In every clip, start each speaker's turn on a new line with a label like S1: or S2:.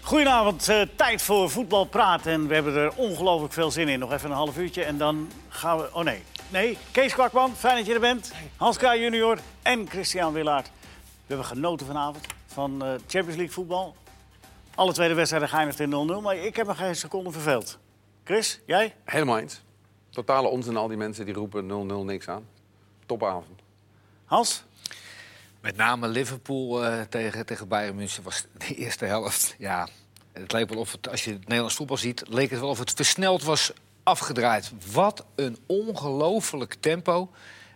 S1: Goedenavond, eh, tijd voor voetbal praten. En we hebben er ongelooflijk veel zin in. Nog even een half uurtje en dan gaan we... Oh nee, nee. Kees Kwakman, fijn dat je er bent. Hans Kraaij junior en Christian Willaert. We hebben genoten vanavond van eh, Champions League voetbal. Alle twee de wedstrijden geëindigd in 0-0, maar ik heb me geen seconde verveeld. Chris, jij?
S2: Helemaal eens. Totale onzin al die mensen die roepen 0-0 niks aan. Topavond.
S1: Hans?
S3: Met name Liverpool eh, tegen, tegen Bayern München was de eerste helft. Ja, het leek wel of het, als je het Nederlands voetbal ziet, leek het wel of het versneld was afgedraaid. Wat een ongelooflijk tempo.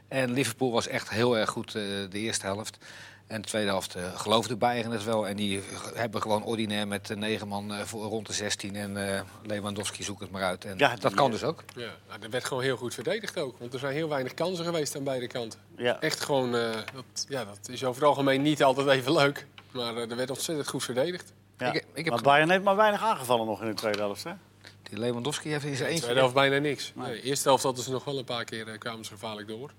S3: En Liverpool was echt heel erg goed eh, de eerste helft. En de tweede helft eh, geloofde Bayern het wel. En die hebben gewoon ordinair met eh, negen man eh, voor, rond de 16. En eh, Lewandowski zoekt het maar uit. En
S1: Ja, die,
S3: dat kan
S1: eh,
S3: dus ook.
S4: Ja, nou, dat werd gewoon heel goed verdedigd ook. Want er zijn heel weinig kansen geweest aan beide kanten.
S1: Ja.
S4: Echt gewoon, eh, dat, ja, dat is over het algemeen niet altijd even leuk. Maar eh, er werd ontzettend goed verdedigd.
S1: Ja.
S3: Ik- ik heb
S1: maar
S3: ge-
S1: Bayern heeft maar weinig aangevallen nog in de tweede helft, hè?
S3: Die Lewandowski heeft in zijn
S4: De
S3: eentje...
S4: tweede helft bijna niks. Nee, de eerste helft hadden ze nog wel een paar keer, eh, kwamen ze gevaarlijk door.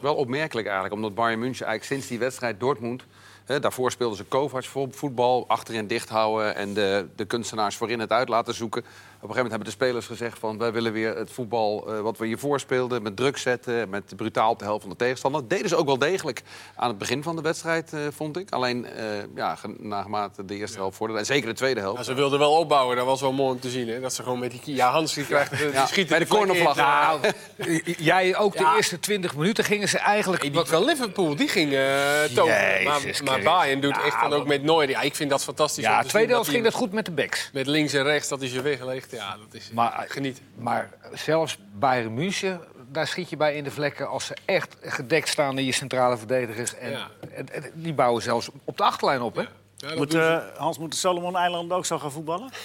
S2: Wel opmerkelijk eigenlijk, omdat Bayern München eigenlijk sinds die wedstrijd Dortmund... Hè, daarvoor speelden ze Kovacs voor voetbal, achterin dicht houden... en de, de kunstenaars voorin het uit laten zoeken. Op een gegeven moment hebben de spelers gezegd van... wij willen weer het voetbal eh, wat we hiervoor speelden... met druk zetten, met brutaal op de helft van de tegenstander. Dat deden ze ook wel degelijk aan het begin van de wedstrijd, eh, vond ik. Alleen eh, ja, ge- naarmate de eerste helft vorderde, en zeker de tweede helft...
S4: Nou, ze wilden wel opbouwen, dat was wel mooi om te zien. Hè? Dat ze gewoon met die Kia Hans, die, krijgt, eh, die
S2: Ja,
S4: schiet
S2: bij de
S4: er vlek in.
S2: cornervlag.
S4: Nou,
S3: Jij ook de
S4: Ja.
S3: eerste 20 minuten gingen ze eigenlijk...
S4: Ik denk wel Liverpool, die ging eh tonen. Maar,
S3: Jezus
S4: maar
S3: Christus.
S4: Bayern doet
S3: Ja,
S4: echt dan ook met Neuer. Ja, ik vind dat fantastisch. om
S3: Ja,
S4: te
S3: tweede
S4: zien
S3: helft
S4: dat
S3: ging
S4: hij
S3: dat goed met de backs.
S4: Met links en rechts, dat hij ze wegleegt. Ja, dat is eh,
S3: Maar-
S4: geniet.
S3: Maar zelfs Bayern München, daar schiet je bij in de vlekken... als ze echt gedekt staan in je centrale verdedigers. En,
S4: Ja.
S3: en- en die bouwen zelfs op de achterlijn op, hè?
S4: Ja, dat
S1: Moet,
S4: doen ze.
S1: eh, Hans, moeten Solomon-eilanden ook zo gaan voetballen?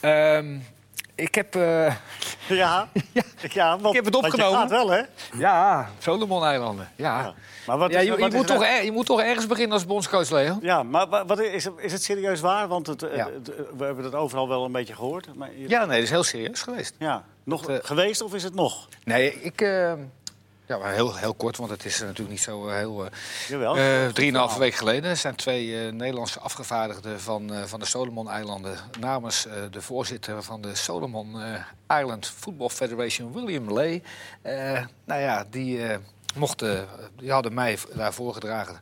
S3: Ehm, ik heb... eh,
S1: Ja, ja. want,
S3: Ik heb het
S1: want je
S3: opgenomen.
S1: gaat wel, hè?
S3: ja, Solomon-eilanden, ja.
S1: Ja. Maar wat
S3: Ah. Ja,
S1: is-
S3: je,
S1: wat
S3: je
S1: is
S3: moet
S1: er-
S3: toch er- je moet toch ergens beginnen als bondscoach, Leo?
S1: Ja, maar wa- wat is, is het serieus waar? Want het, eh,
S3: Ja.
S1: het, eh, we hebben het overal wel een beetje gehoord. Maar, je-
S3: Ja, nee, dat is heel serieus geweest.
S1: Ja. Nog
S3: Het, eh,
S1: geweest of is het nog?
S3: Nee, ik... eh, ja, maar heel, heel kort, want het is natuurlijk niet zo eh, heel... eh,
S1: Jawel.
S3: Eh,
S1: Goed
S3: Drieënhalve
S1: verhaal.
S3: week geleden zijn twee eh, Nederlandse afgevaardigden van, eh, van de Solomon-eilanden... namens eh, de voorzitter van de Solomon eh, Island Football Federation, William Lay... eh, nou ja, die, eh, mochten, die hadden mij v- daar voorgedragen.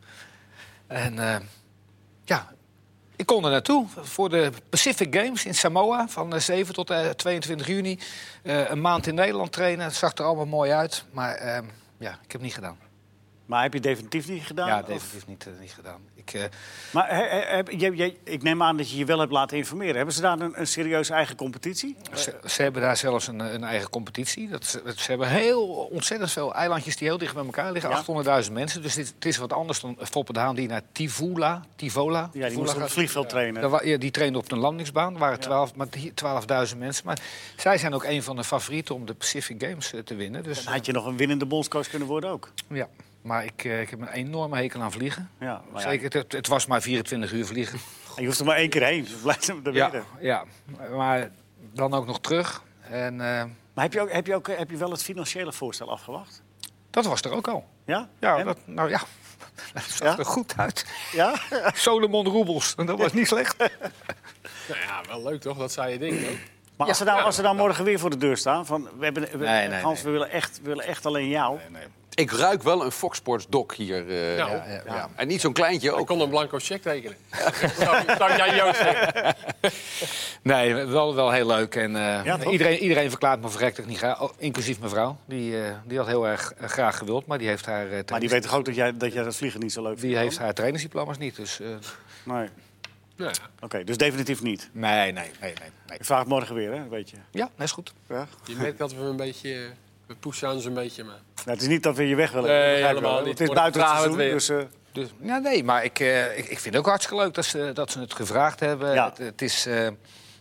S3: En eh, ja, ik kon er naartoe voor de Pacific Games in Samoa... van eh, 7 tot eh, 22 juni. Eh, een maand in Nederland trainen, het zag er allemaal mooi uit. Maar eh, ja, ik heb het niet gedaan.
S1: Maar heb je het definitief niet gedaan?
S3: Ja,
S1: Of-
S3: definitief niet, eh, niet gedaan. Ik, eh,
S1: Maar he- he- heb, je, je- ik neem aan dat je je wel hebt laten informeren. Hebben ze daar een, een serieus eigen competitie?
S3: ze, ze hebben daar zelfs een, een eigen competitie. Dat, ze, dat- ze hebben heel ontzettend veel eilandjes die heel dicht bij elkaar liggen.
S1: Ja.
S3: 800.000 mensen. Dus dit, het is wat anders dan Foppe de Haan die naar Tivula, Tivola.
S1: Ja, die
S3: Tivola
S1: moesten op
S3: gaat.
S1: het vliegveld trainen.
S3: Daar wa- ja, die trainde op een landingsbaan. Er waren 12 maar die- 12.000 mensen. Maar zij zijn ook een van de favorieten om de Pacific Games eh, te winnen. Dus,
S1: Dan had je nog een winnende bondscoach kunnen worden ook.
S3: eh, ja. Maar ik, eh, ik heb een enorme hekel aan vliegen.
S1: Ja, maar ja,
S3: Zeker, het, het was maar 24 uur vliegen.
S1: Je hoeft er maar één keer heen. Dus blijf hem er
S3: Ja,
S1: weer.
S3: ja, maar dan ook nog terug. En eh,
S1: Maar heb je, ook, heb, je ook, eh, heb je wel het financiële voorstel afgewacht?
S3: dat was er ook al.
S1: Ja?
S3: Ja,
S1: En?
S3: dat, nou ja, dat zag
S1: Ja?
S3: er goed uit.
S1: Ja?
S3: Solomon Roebels, en dat was niet slecht.
S4: Nou ja, wel leuk toch? Dat zei je ding ook.
S1: Maar als ze nou, als ze nou morgen weer voor de deur staan... van we hebben, we,
S3: Nee, nee,
S1: Hans,
S3: nee.
S1: we willen echt, we willen echt alleen jou.
S2: Ik ruik wel een Fox Sports doc hier. eh,
S4: Nou,
S2: En niet zo'n kleintje
S4: ik
S2: ook.
S4: kon een blanco check tekenen. zou, zou jij Joost zeggen?
S3: Nee, wel, wel heel leuk. En, eh,
S1: Ja, toch?
S3: iedereen, iedereen verklaart me verrekt dat ik niet graag. oh, inclusief mijn vrouw. Die, eh, die had heel erg eh, graag gewild, maar die heeft haar, eh,
S1: Maar die
S3: trainings-
S1: weet toch ook dat jij dat, jij dat vliegen niet zo leuk vindt?
S3: die heeft haar trainingsdiploma's niet. Dus, eh,
S1: Nee.
S4: Nou,
S1: Oké, dus definitief niet.
S3: nee, nee, nee, nee, nee.
S1: Ik vraag het morgen weer, hè, weet je.
S3: Ja, dat is goed.
S1: Ja.
S4: je merkt dat we een beetje... eh, We pushen aan ze een beetje, maar...
S1: Nou, het is niet dat we je weg willen.
S4: Nee,
S1: Ik begrijp
S4: helemaal
S1: wel.
S4: niet.
S1: Het is buiten het seizoen,
S4: Morgen
S1: dus... eh,
S3: Dus, ja, nee, maar ik, eh, ik, ik vind het ook hartstikke leuk dat ze, dat ze het gevraagd hebben.
S1: Ja.
S3: Het, het is... eh,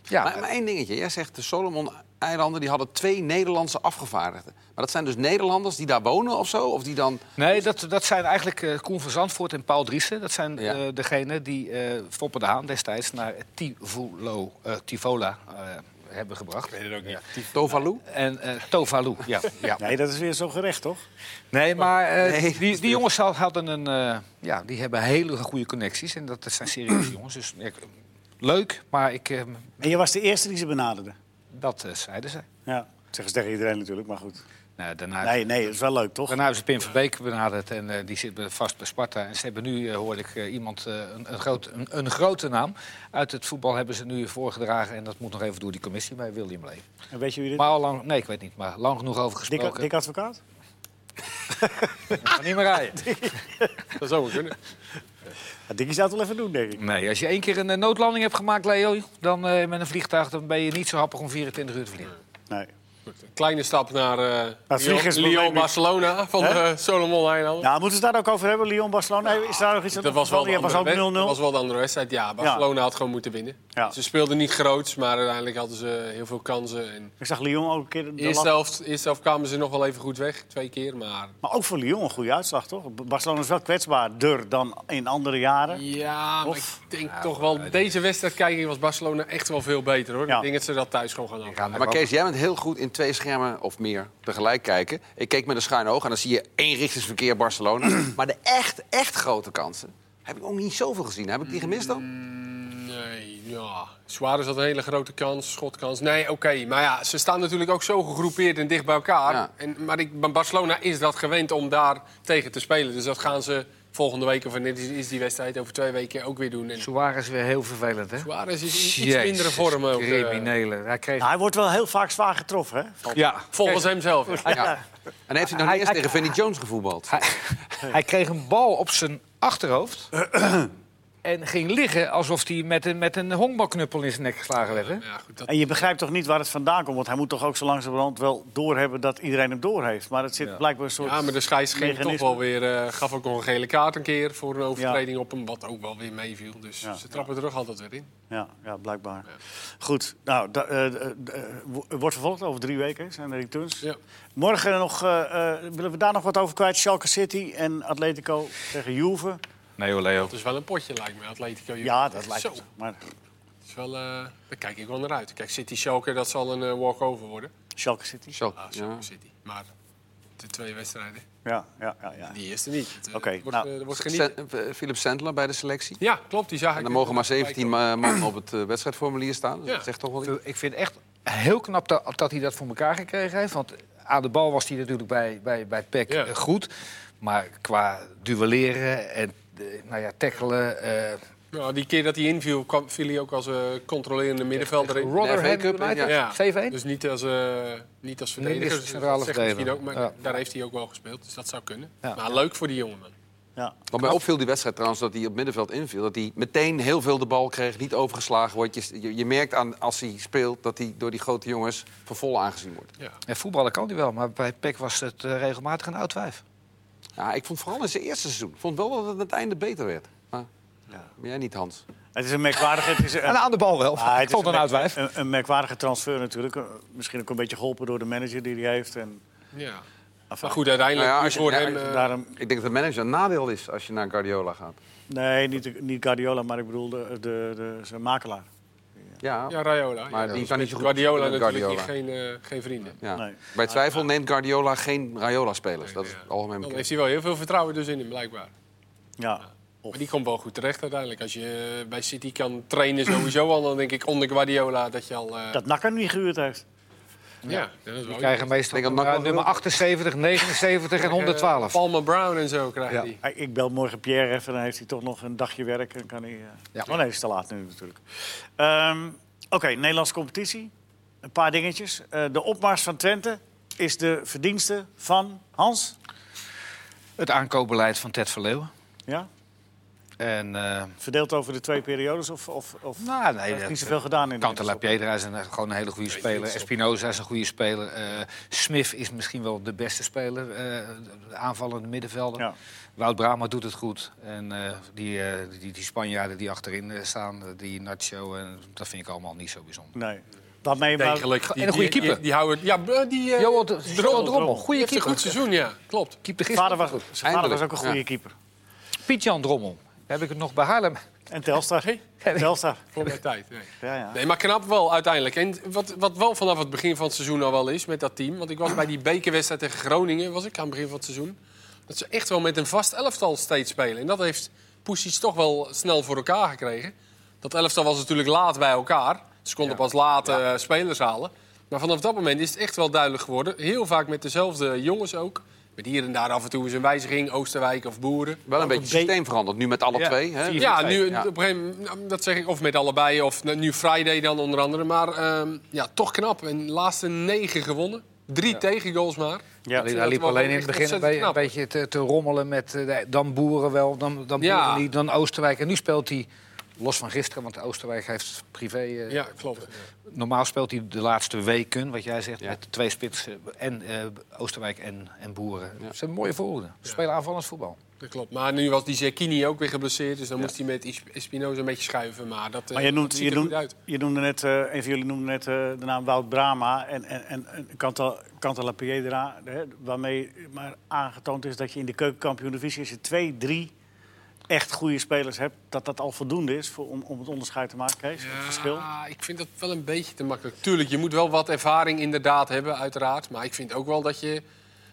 S3: ja,
S2: Maar, maar één dingetje. Jij zegt de Solomon-eilanden die hadden twee Nederlandse afgevaardigden. Maar dat zijn dus Nederlanders die daar wonen of zo? Of die dan...
S3: Nee, dat, dat zijn eigenlijk eh Koen van Zandvoort en Paul Driessen. Dat zijn
S2: Ja.
S3: eh degenen die eh Foppe de Haan destijds naar Tivolo, eh, Tivola eh, hebben gebracht.
S2: Tovalu?
S3: En eh Tovalu, ja. ja.
S1: dus, eh, Nee, dat is weer zo gerecht, toch?
S3: Nee, maar eh,
S2: Nee.
S3: die, die jongens hadden een... eh, ja, die hebben hele goede connecties. En dat, dat zijn serieuze jongens. Dus ja, ik- leuk, maar ik, eh,
S1: En je was de eerste die ze benaderde.
S3: dat eh, zeiden ze.
S1: Ja, dat zeggen ze tegen iedereen natuurlijk, maar goed.
S3: Nou, daarna,
S1: Nee, nee, dat is wel leuk, toch?
S3: daarna hebben ze Pim Verbeek benaderd en eh, die zit bij- vast bij Sparta. En ze hebben nu, eh, hoorde ik, eh, iemand, eh, een, een, groot, een, een grote naam uit het voetbal hebben ze nu voorgedragen. En dat moet nog even door die commissie bij William Lee.
S1: En weet je wie dit
S3: Maar al lang, nee, ik weet niet, maar lang genoeg over
S1: Dik,
S3: gesproken.
S1: dik advocaat?
S3: Ga niet meer rijden.
S4: Dat zou wel kunnen.
S1: Ja, Dikkie zou het wel even doen, denk ik.
S3: Nee, als je één keer een eh, noodlanding hebt gemaakt, Leo, dan eh, met een vliegtuig, dan ben je niet zo happig om 24 uur te vliegen.
S1: Nee.
S4: Goed, een Kleine stap naar eh,
S1: vliegen is
S4: Lyon- Lyon,
S1: probleem niet.
S4: Barcelona van eh,
S1: Hè?
S4: de Solomon-eilanden.
S1: Nou, moeten we het daar ook over hebben? Lyon, Barcelona? Is daar nog iets aan
S4: Dat was wel, de
S1: Ja, was
S4: andere
S1: ook 0-0.
S4: wed- dat was wel de andere wedstrijd. Ja, Barcelona had gewoon moeten winnen.
S1: Ja.
S4: Ze speelden niet groots, maar uiteindelijk hadden ze heel veel kansen. En
S1: Ik zag Lyon ook een keer. de
S4: eerste,
S1: lat-
S4: helft, eerste helft kwamen ze nog wel even goed weg, twee keer. Maar
S1: Maar ook voor Lyon een goede uitslag, toch? Barcelona is wel kwetsbaarder dan in andere jaren.
S4: ja, maar
S1: Of-
S4: ik denk toch wel, deze wedstrijd kijken was Barcelona echt wel veel beter. hoor.
S1: Ja.
S4: Ik denk dat ze dat thuis gewoon gaan doen.
S3: Gaan
S2: Maar
S3: er
S2: Kees, jij bent heel goed in twee schermen of meer tegelijk kijken. Ik keek met een schuin oog en dan zie je één richtingsverkeer Barcelona. maar de echt, echt grote kansen heb ik ook niet zoveel gezien. Heb ik die gemist dan?
S4: Nee, ja. Suarez had een hele grote kans, schotkans. Nee, oké. Maar ja, ze staan natuurlijk ook zo gegroepeerd en dicht bij elkaar.
S2: Ja.
S4: En, maar ik, maar Barcelona is dat gewend om daar tegen te spelen. Dus dat gaan ze volgende week of wanneer is- is die wedstrijd over twee weken ook weer doen. En
S3: Suarez weer heel vervelend, hè?
S4: Suarez is in iets mindere vorm ook. eh,
S3: Criminelen. Hij kreeg...
S1: Nou, hij wordt wel heel vaak zwaar getroffen, hè? Van-
S3: Ja.
S4: volgens hemzelf. Ja.
S2: Ja. En heeft hij nog
S3: Hij-
S2: niet eens
S3: hij-
S2: tegen Vinnie Jones gevoetbald?
S3: Hij, hij kreeg een bal op zijn achterhoofd. en ging liggen alsof hij met een, met een honkbalknuppel in zijn nek geslagen werd. Hè?
S4: Ja, goed, dat,
S1: En je begrijpt toch niet waar het vandaan komt? Want hij moet toch ook zo langzamerhand wel doorhebben dat iedereen hem doorheeft. Maar het zit blijkbaar een soort...
S4: ja, maar dus- de scheids ging
S1: Mechanisme.
S4: toch wel weer, eh, gaf ook nog een gele kaart een keer voor een overtreding op hem. Wat ook wel weer meeviel. Dus
S1: Ja.
S4: ze trappen er toch altijd weer in.
S1: Ja, ja blijkbaar. Goed, nou, da- eh, eh, eh, wo- wordt vervolgd over drie weken, zijn de returns.
S4: Ja.
S1: Morgen nog, eh, eh, willen we daar nog wat over kwijt? Schalke City en Atletico tegen Juve.
S3: Nee hoor, Leo.
S4: Dat is wel een potje lijkt me, Atletico.
S1: Ja, dat lijkt
S4: Zo.
S1: me. zo. Maar
S4: Het is wel, eh, daar kijk ik wel naar uit. Kijk, City Schalke, dat zal een eh, walkover worden.
S1: Schalke City,
S2: Zo,
S4: Ah, Schalke
S2: ja.
S4: City. Maar de twee wedstrijden,
S1: ja, ja, ja. ja.
S4: die eerste niet. Het, eh,
S1: Oké,
S4: wordt,
S1: nou,
S4: eh, er wordt genieten.
S2: Sen- eh, Philip Sandler bij de selectie.
S4: Ja, klopt, die zag ik.
S2: En dan mogen maar 17 ma- man op het eh, wedstrijdformulier staan. Dus
S4: Ja.
S2: dat zegt toch wel iets.
S3: Ik vind echt heel knap dat, dat hij dat voor elkaar gekregen heeft. Want aan de bal was hij natuurlijk bij, bij, bij PEC
S4: Ja.
S3: eh, goed. Maar qua duelleren en eh, nou ja, tackelen... eh
S4: Nou, die keer dat hij inviel, kwam, viel hij ook als eh, controlerende middenvelder in.
S2: Nee,
S3: Rotherham
S2: FA Cup, hè?
S3: United,
S4: Ja,
S3: 7-1.
S4: dus niet als, eh, niet als verdediger.
S3: als
S4: Dus
S3: centrale
S4: dat zegt
S3: verdediger.
S4: misschien ook, maar
S3: Ja.
S4: daar heeft hij ook wel gespeeld. Dus dat zou kunnen.
S3: Ja.
S4: Maar leuk voor die jongen, man.
S1: ja.
S2: Wat mij opviel die wedstrijd trouwens, dat hij op middenveld inviel. Dat hij meteen heel veel de bal kreeg, niet overgeslagen wordt. Je, je, je merkt aan, als hij speelt dat hij door die grote jongens voor vol aangezien wordt.
S4: Ja.
S3: Ja, Dus voetballen kan hij wel, maar bij PEC was het eh, regelmatig een oud wijf.
S2: Ja, ik vond vooral in zijn eerste seizoen. vond wel dat het aan het einde beter werd. Maar, maar jij niet, Hans.
S1: Het is een merkwaardige... Het is een,
S3: En aan de bal wel.
S1: Ah, het
S3: ik
S1: is
S3: vond een
S1: merk-
S3: oud wijf.
S1: Een, een merkwaardige transfer natuurlijk. Eh, Misschien ook een beetje geholpen door de manager die hij heeft. En,
S4: ja.
S1: Enfin,
S4: Maar goed, uiteindelijk
S2: Nou ja,
S4: nu
S2: als je-
S4: voor
S2: ja,
S4: hem...
S2: als je
S4: eh,
S1: daarom,
S2: Ik denk dat de manager een nadeel is als je naar Guardiola gaat.
S1: nee, niet, de- niet Guardiola, maar ik bedoel de, de, de, zijn makelaar.
S2: Ja,
S4: ja, Raiola.
S2: maar
S4: ja.
S2: die kan niet zo goed
S4: Guardiola
S2: spelen,
S4: natuurlijk
S2: Guardiola.
S4: niet, geen, eh, geen vrienden.
S2: ja.
S1: Nee.
S2: Bij twijfel neemt Guardiola geen Raiola-spelers. Dat is
S4: Ja.
S2: algemeen
S4: Dan
S2: bekend.
S4: heeft hij wel heel veel vertrouwen dus in hem, blijkbaar.
S1: Ja.
S4: Maar die komt wel goed terecht uiteindelijk. Als je eh, bij City kan trainen sowieso al, dan denk ik onder Guardiola dat je al... eh,
S1: Dat Nakker niet gehuurd heeft.
S4: ja, ja, dat is wel...
S3: We krijgen meestal
S2: Ik denk dat Nak
S3: eh,
S2: wel
S3: nummer 78, 79 en 112.
S4: Eh, Palmer Brown en zo krijgt
S3: Ja.
S4: hij.
S1: Hey, Ik bel morgen Pierre even, dan heeft hij toch nog een dagje werk. Dan kan hij, eh,
S3: Ja.
S1: Oh nee, is te laat nu natuurlijk. Ehm, Oké, Nederlandse competitie. Een paar dingetjes. Eh, de opmars van Twente is de verdienste van Hans.
S3: Het aankoopbeleid van Ted Verleeuwen.
S1: Ja?
S3: En, eh
S1: Verdeeld over de twee periodes of, of, of
S3: nou, nee,
S1: hij heeft
S3: dat-
S1: niet zoveel gedaan in de
S3: Kantela Piedra is een, eh, gewoon een hele goede speler. Espinoza is een goede speler. Eh Smith is misschien wel de beste speler. eh de aanvallende middenvelder.
S1: Ja.
S3: Wout Brama doet het goed. En eh, die, eh, die, die Spanjaarden die achterin eh, staan, eh, die Nacho, en dat vind ik allemaal niet zo bijzonder.
S1: Nee. Waarmee maar,
S4: Degelijk.
S3: En een goede
S4: die-
S3: keeper.
S4: Die, die houden... Ja, eh, die... eh
S3: Johan
S4: Drommel.
S3: Johan Drommel,
S4: Die
S3: goede
S4: heeft een
S3: keeper.
S4: goed seizoen, ja. Klopt.
S3: Keeper
S1: vader
S3: gisteren.
S1: was,
S3: goed.
S1: zijn vader was ook een goede
S2: Eindelijk,
S1: keeper.
S3: Piet-Jan Drommel. Daar heb ik het nog bij Haarlem.
S1: En Telstar.
S4: Hey.
S1: Telstar.
S4: Voor mijn tijd, nee.
S1: Ja, ja.
S4: Nee, maar knap wel uiteindelijk. En wat, wat wel vanaf het begin van het seizoen al wel is met dat team. Want ik was bij die bekerwedstrijd tegen Groningen, was ik aan het begin van het seizoen. Dat ze echt wel met een vast elftal steeds spelen. En dat heeft Poesies toch wel snel voor elkaar gekregen. Dat elftal was natuurlijk laat bij elkaar. Ze konden pas laat eh, spelers halen. Maar vanaf dat moment is het echt wel duidelijk geworden. Heel vaak met dezelfde jongens ook. Met hier en daar af en toe eens een wijziging. Oosterwijk of Boeren.
S2: Wel een beetje
S1: een be-
S2: systeem veranderd. Nu met alle
S1: Ja,
S2: twee. Hè?
S1: vier.
S4: Ja,
S1: Vijf,
S4: nu
S2: ja.
S4: op een gegeven moment, nou, dat zeg ik, of met allebei, of nu Friday dan onder andere. Maar ehm, ja, toch knap. En de laatste negen gewonnen. Drie tegengoals maar.
S1: Ja.
S3: Hij liep alleen in het begin een, be- een beetje te, te rommelen met eh, de- dan Boeren wel, dan, dan
S4: Ja.
S3: Boeren niet, dan Oosterwijk. En nu speelt hij, los van gisteren, want Oosterwijk heeft privé... eh,
S4: Ja, klopt.
S3: Normaal speelt hij de laatste weken, wat jij zegt,
S2: Ja.
S3: met twee spitsen en eh, Oosterwijk en, en Boeren. Dat zijn mooie voorhoeden. Ze spelen aanvallend voetbal.
S4: Dat klopt. Maar nu was die Zerkini ook weer geblesseerd. Dus dan moest hij met Is- Espinoza een beetje schuiven. Maar dat, eh,
S1: Maar je
S4: dat
S1: noemt,
S4: ziet
S1: je
S4: er
S1: noemt,
S4: goed uit.
S1: je noemde net, eh, een van jullie noemde net eh, de naam Wout Brama en, en, en, en Cantal- Cantala Piedra. Hè, waarmee maar aangetoond is dat je in de keukenkampioen divisie, als je twee, drie echt goede spelers hebt, dat dat al voldoende is voor, om, om het onderscheid te maken, Kees. Het verschil.
S4: Ja, ik vind dat wel een beetje te makkelijk. Tuurlijk, je moet wel wat ervaring inderdaad hebben, uiteraard. Maar ik vind ook wel dat je,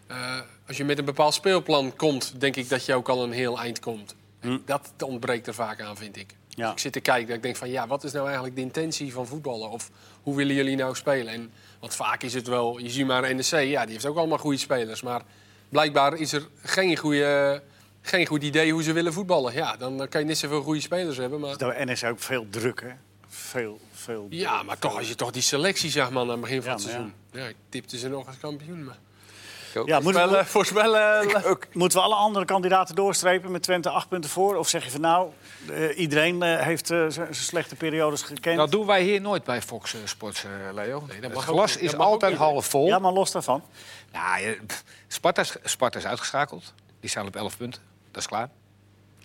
S4: eh, als je met een bepaald speelplan komt, denk ik dat je ook al een heel eind komt. En Dat ontbreekt er vaak aan, vind ik.
S1: Hm. Ja.
S4: Als ik zit te kijken, dat ik denk van ja, wat is nou eigenlijk de intentie van voetballen? Of hoe willen jullie nou spelen? En, want vaak is het wel, je ziet maar NEC, ja, die heeft ook allemaal goede spelers. Maar blijkbaar is er geen, goede, geen goed idee hoe ze willen voetballen. Ja, dan, dan kan je niet zoveel goede spelers hebben. Maar...
S1: Dat- Dus En er is ook veel druk, hè? Veel, veel.
S4: Ja, maar toch, als je toch die selectie zag, man, aan het begin van
S1: Ja,
S4: het
S1: maar
S4: seizoen. Ja. ik tipte ze nog als kampioen. Maar...
S1: Ja, moeten, we, eh,
S4: voorspellen.
S1: moeten we alle andere kandidaten doorstrepen met Twente acht punten voor? Of zeg je van nou, eh, iedereen eh, heeft eh, z- zijn slechte periodes gekend?
S4: Nou,
S3: Dat doen wij hier nooit bij Fox eh, Sports, eh, Leo.
S4: dat
S3: het
S4: mag ook
S3: glas
S4: niet.
S3: is
S4: Dat mag ook
S3: altijd
S4: niet.
S3: half vol.
S1: Ja, maar los daarvan.
S3: Nou, je- pff, Sparta, is, Sparta is uitgeschakeld. Die staan op 11 punten. Dat is klaar.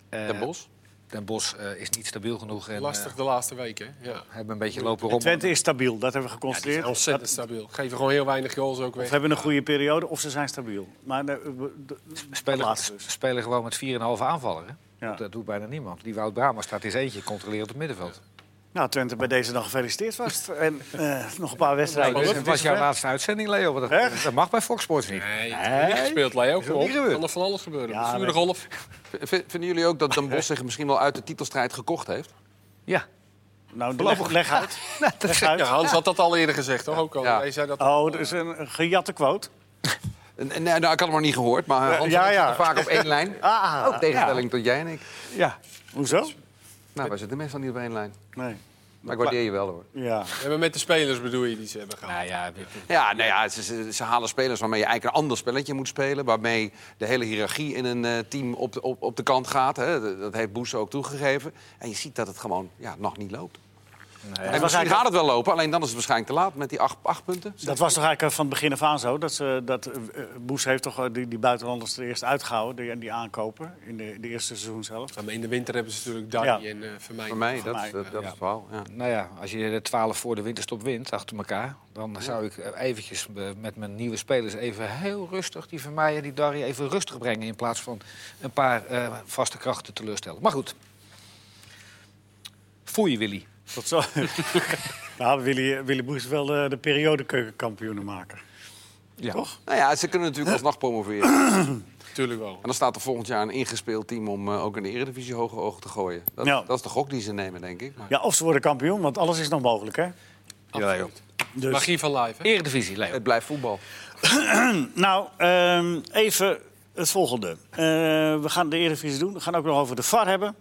S3: Eh,
S2: Den Bos.
S3: Den Bos is niet stabiel genoeg. En,
S4: Lastig de laatste weken. hè? Ja.
S3: eh, hebben een beetje lopen rond.
S1: Twente is stabiel, dat hebben we geconstateerd.
S4: Ontzettend stabiel. Geven gewoon heel weinig goals ook
S1: Of
S4: weg.
S1: hebben een goede periode of ze zijn stabiel. Maar eh, we- de- de
S3: Spelen,
S1: laatste dus.
S3: spelen gewoon met 4,5 aanvallen. Hè?
S1: Ja.
S4: eh.
S3: Dat doet bijna niemand. Die Wout Brama staat in zijn eentje controleren op het middenveld.
S1: Nou, Twente bij deze dan gefeliciteerd vast. En eh, nog een paar wedstrijden.
S4: Ja,
S3: Dus
S1: Dus
S3: het
S4: dat
S1: het
S3: was
S1: is
S3: jouw
S1: ver.
S3: laatste uitzending, Leo. want Dat,
S1: Echt?
S3: dat mag bij Fox Sports niet.
S4: Nee, het is niet gespeeld, Leo.
S3: ook
S4: Kom op.
S3: niet gebeurd.
S4: Kan nog van alles gebeuren.
S1: Ja,
S4: Ja, Vuurde
S1: nee.
S4: golf.
S2: V- v- Vinden jullie ook dat Den Bos zich misschien wel uit de titelstrijd gekocht heeft?
S3: Ja. Nou,
S1: Nou, leg, leg uit. Leg
S4: Ja,
S1: uit.
S4: Hans had dat al eerder gezegd, toch? Ook al.
S2: Ja.
S4: Hij zei dat
S1: Oh, dat is een een gejatte quote.
S2: En- en- Nee, nou, ik had hem nog niet gehoord, maar Hans
S1: ja,
S2: en ik
S1: ja.
S2: zitten vaak op één lijn.
S1: Ah,
S2: Ook tegenstelling tot jij en ik.
S1: Ja. Hoezo?
S2: Nou, wij zitten meestal niet op één lijn.
S1: Nee.
S2: Maar ik waardeer je wel, hoor.
S1: Ja.
S4: Ja, maar met de spelers bedoel je die ze hebben
S3: Nou
S4: gehaald.
S3: ja,
S2: Ja, nou ja, ze, ze- ze halen spelers waarmee je eigenlijk een ander spelletje moet spelen. Waarmee de hele hiërarchie in een eh, team op de, op, op de kant gaat. Hè. Dat heeft Boes ook toegegeven. En je ziet dat het gewoon ja, nog niet loopt. En misschien
S1: eigenlijk-
S2: gaat het wel lopen, alleen dan is het waarschijnlijk te laat met die acht, acht punten.
S1: Dat was toch eigenlijk eh, van het begin af aan zo? Dat, ze, dat eh, Boes heeft toch eh, die, die buitenlanders er eerst uitgehouden, die, die aankopen, in de, de eerste seizoen zelf.
S4: Ja, maar in de winter hebben ze natuurlijk Dani
S1: Ja.
S4: en eh Vermeij.
S2: Voor mij,
S1: Voor
S2: dat,
S1: mij,
S2: dat, dat is het verhaal. Ja.
S3: nou ja, als je de 12 voor de winterstop wint achter elkaar, dan zou ik eh, eventjes eh, met mijn nieuwe spelers even heel rustig die van mij en die Darry even rustig brengen in plaats van een paar eh, vaste krachten teleurstellen. Maar goed. Foei Willy.
S1: Tot zo. nou, Willy, Willy Boes is wel de, de periode keukenkampioenenmaker.
S3: Ja. Toch?
S2: Nou ja, ze kunnen natuurlijk alsnog promoveren. En
S4: Natuurlijk wel.
S2: dan staat er volgend jaar een ingespeeld team om eh, ook in de Eredivisie hoge ogen te gooien. Dat,
S1: Ja.
S2: dat is de gok die ze nemen, denk ik. Maar
S1: Ja, of ze worden kampioen, want alles is nog mogelijk, hè?
S4: Absoluut.
S1: Dus...
S4: Magie van live, hè?
S3: Eredivisie, Leo.
S2: het blijft voetbal.
S1: Nou, ehm, even het volgende. Eh, we gaan de Eredivisie doen. We gaan ook nog over de VAR hebben.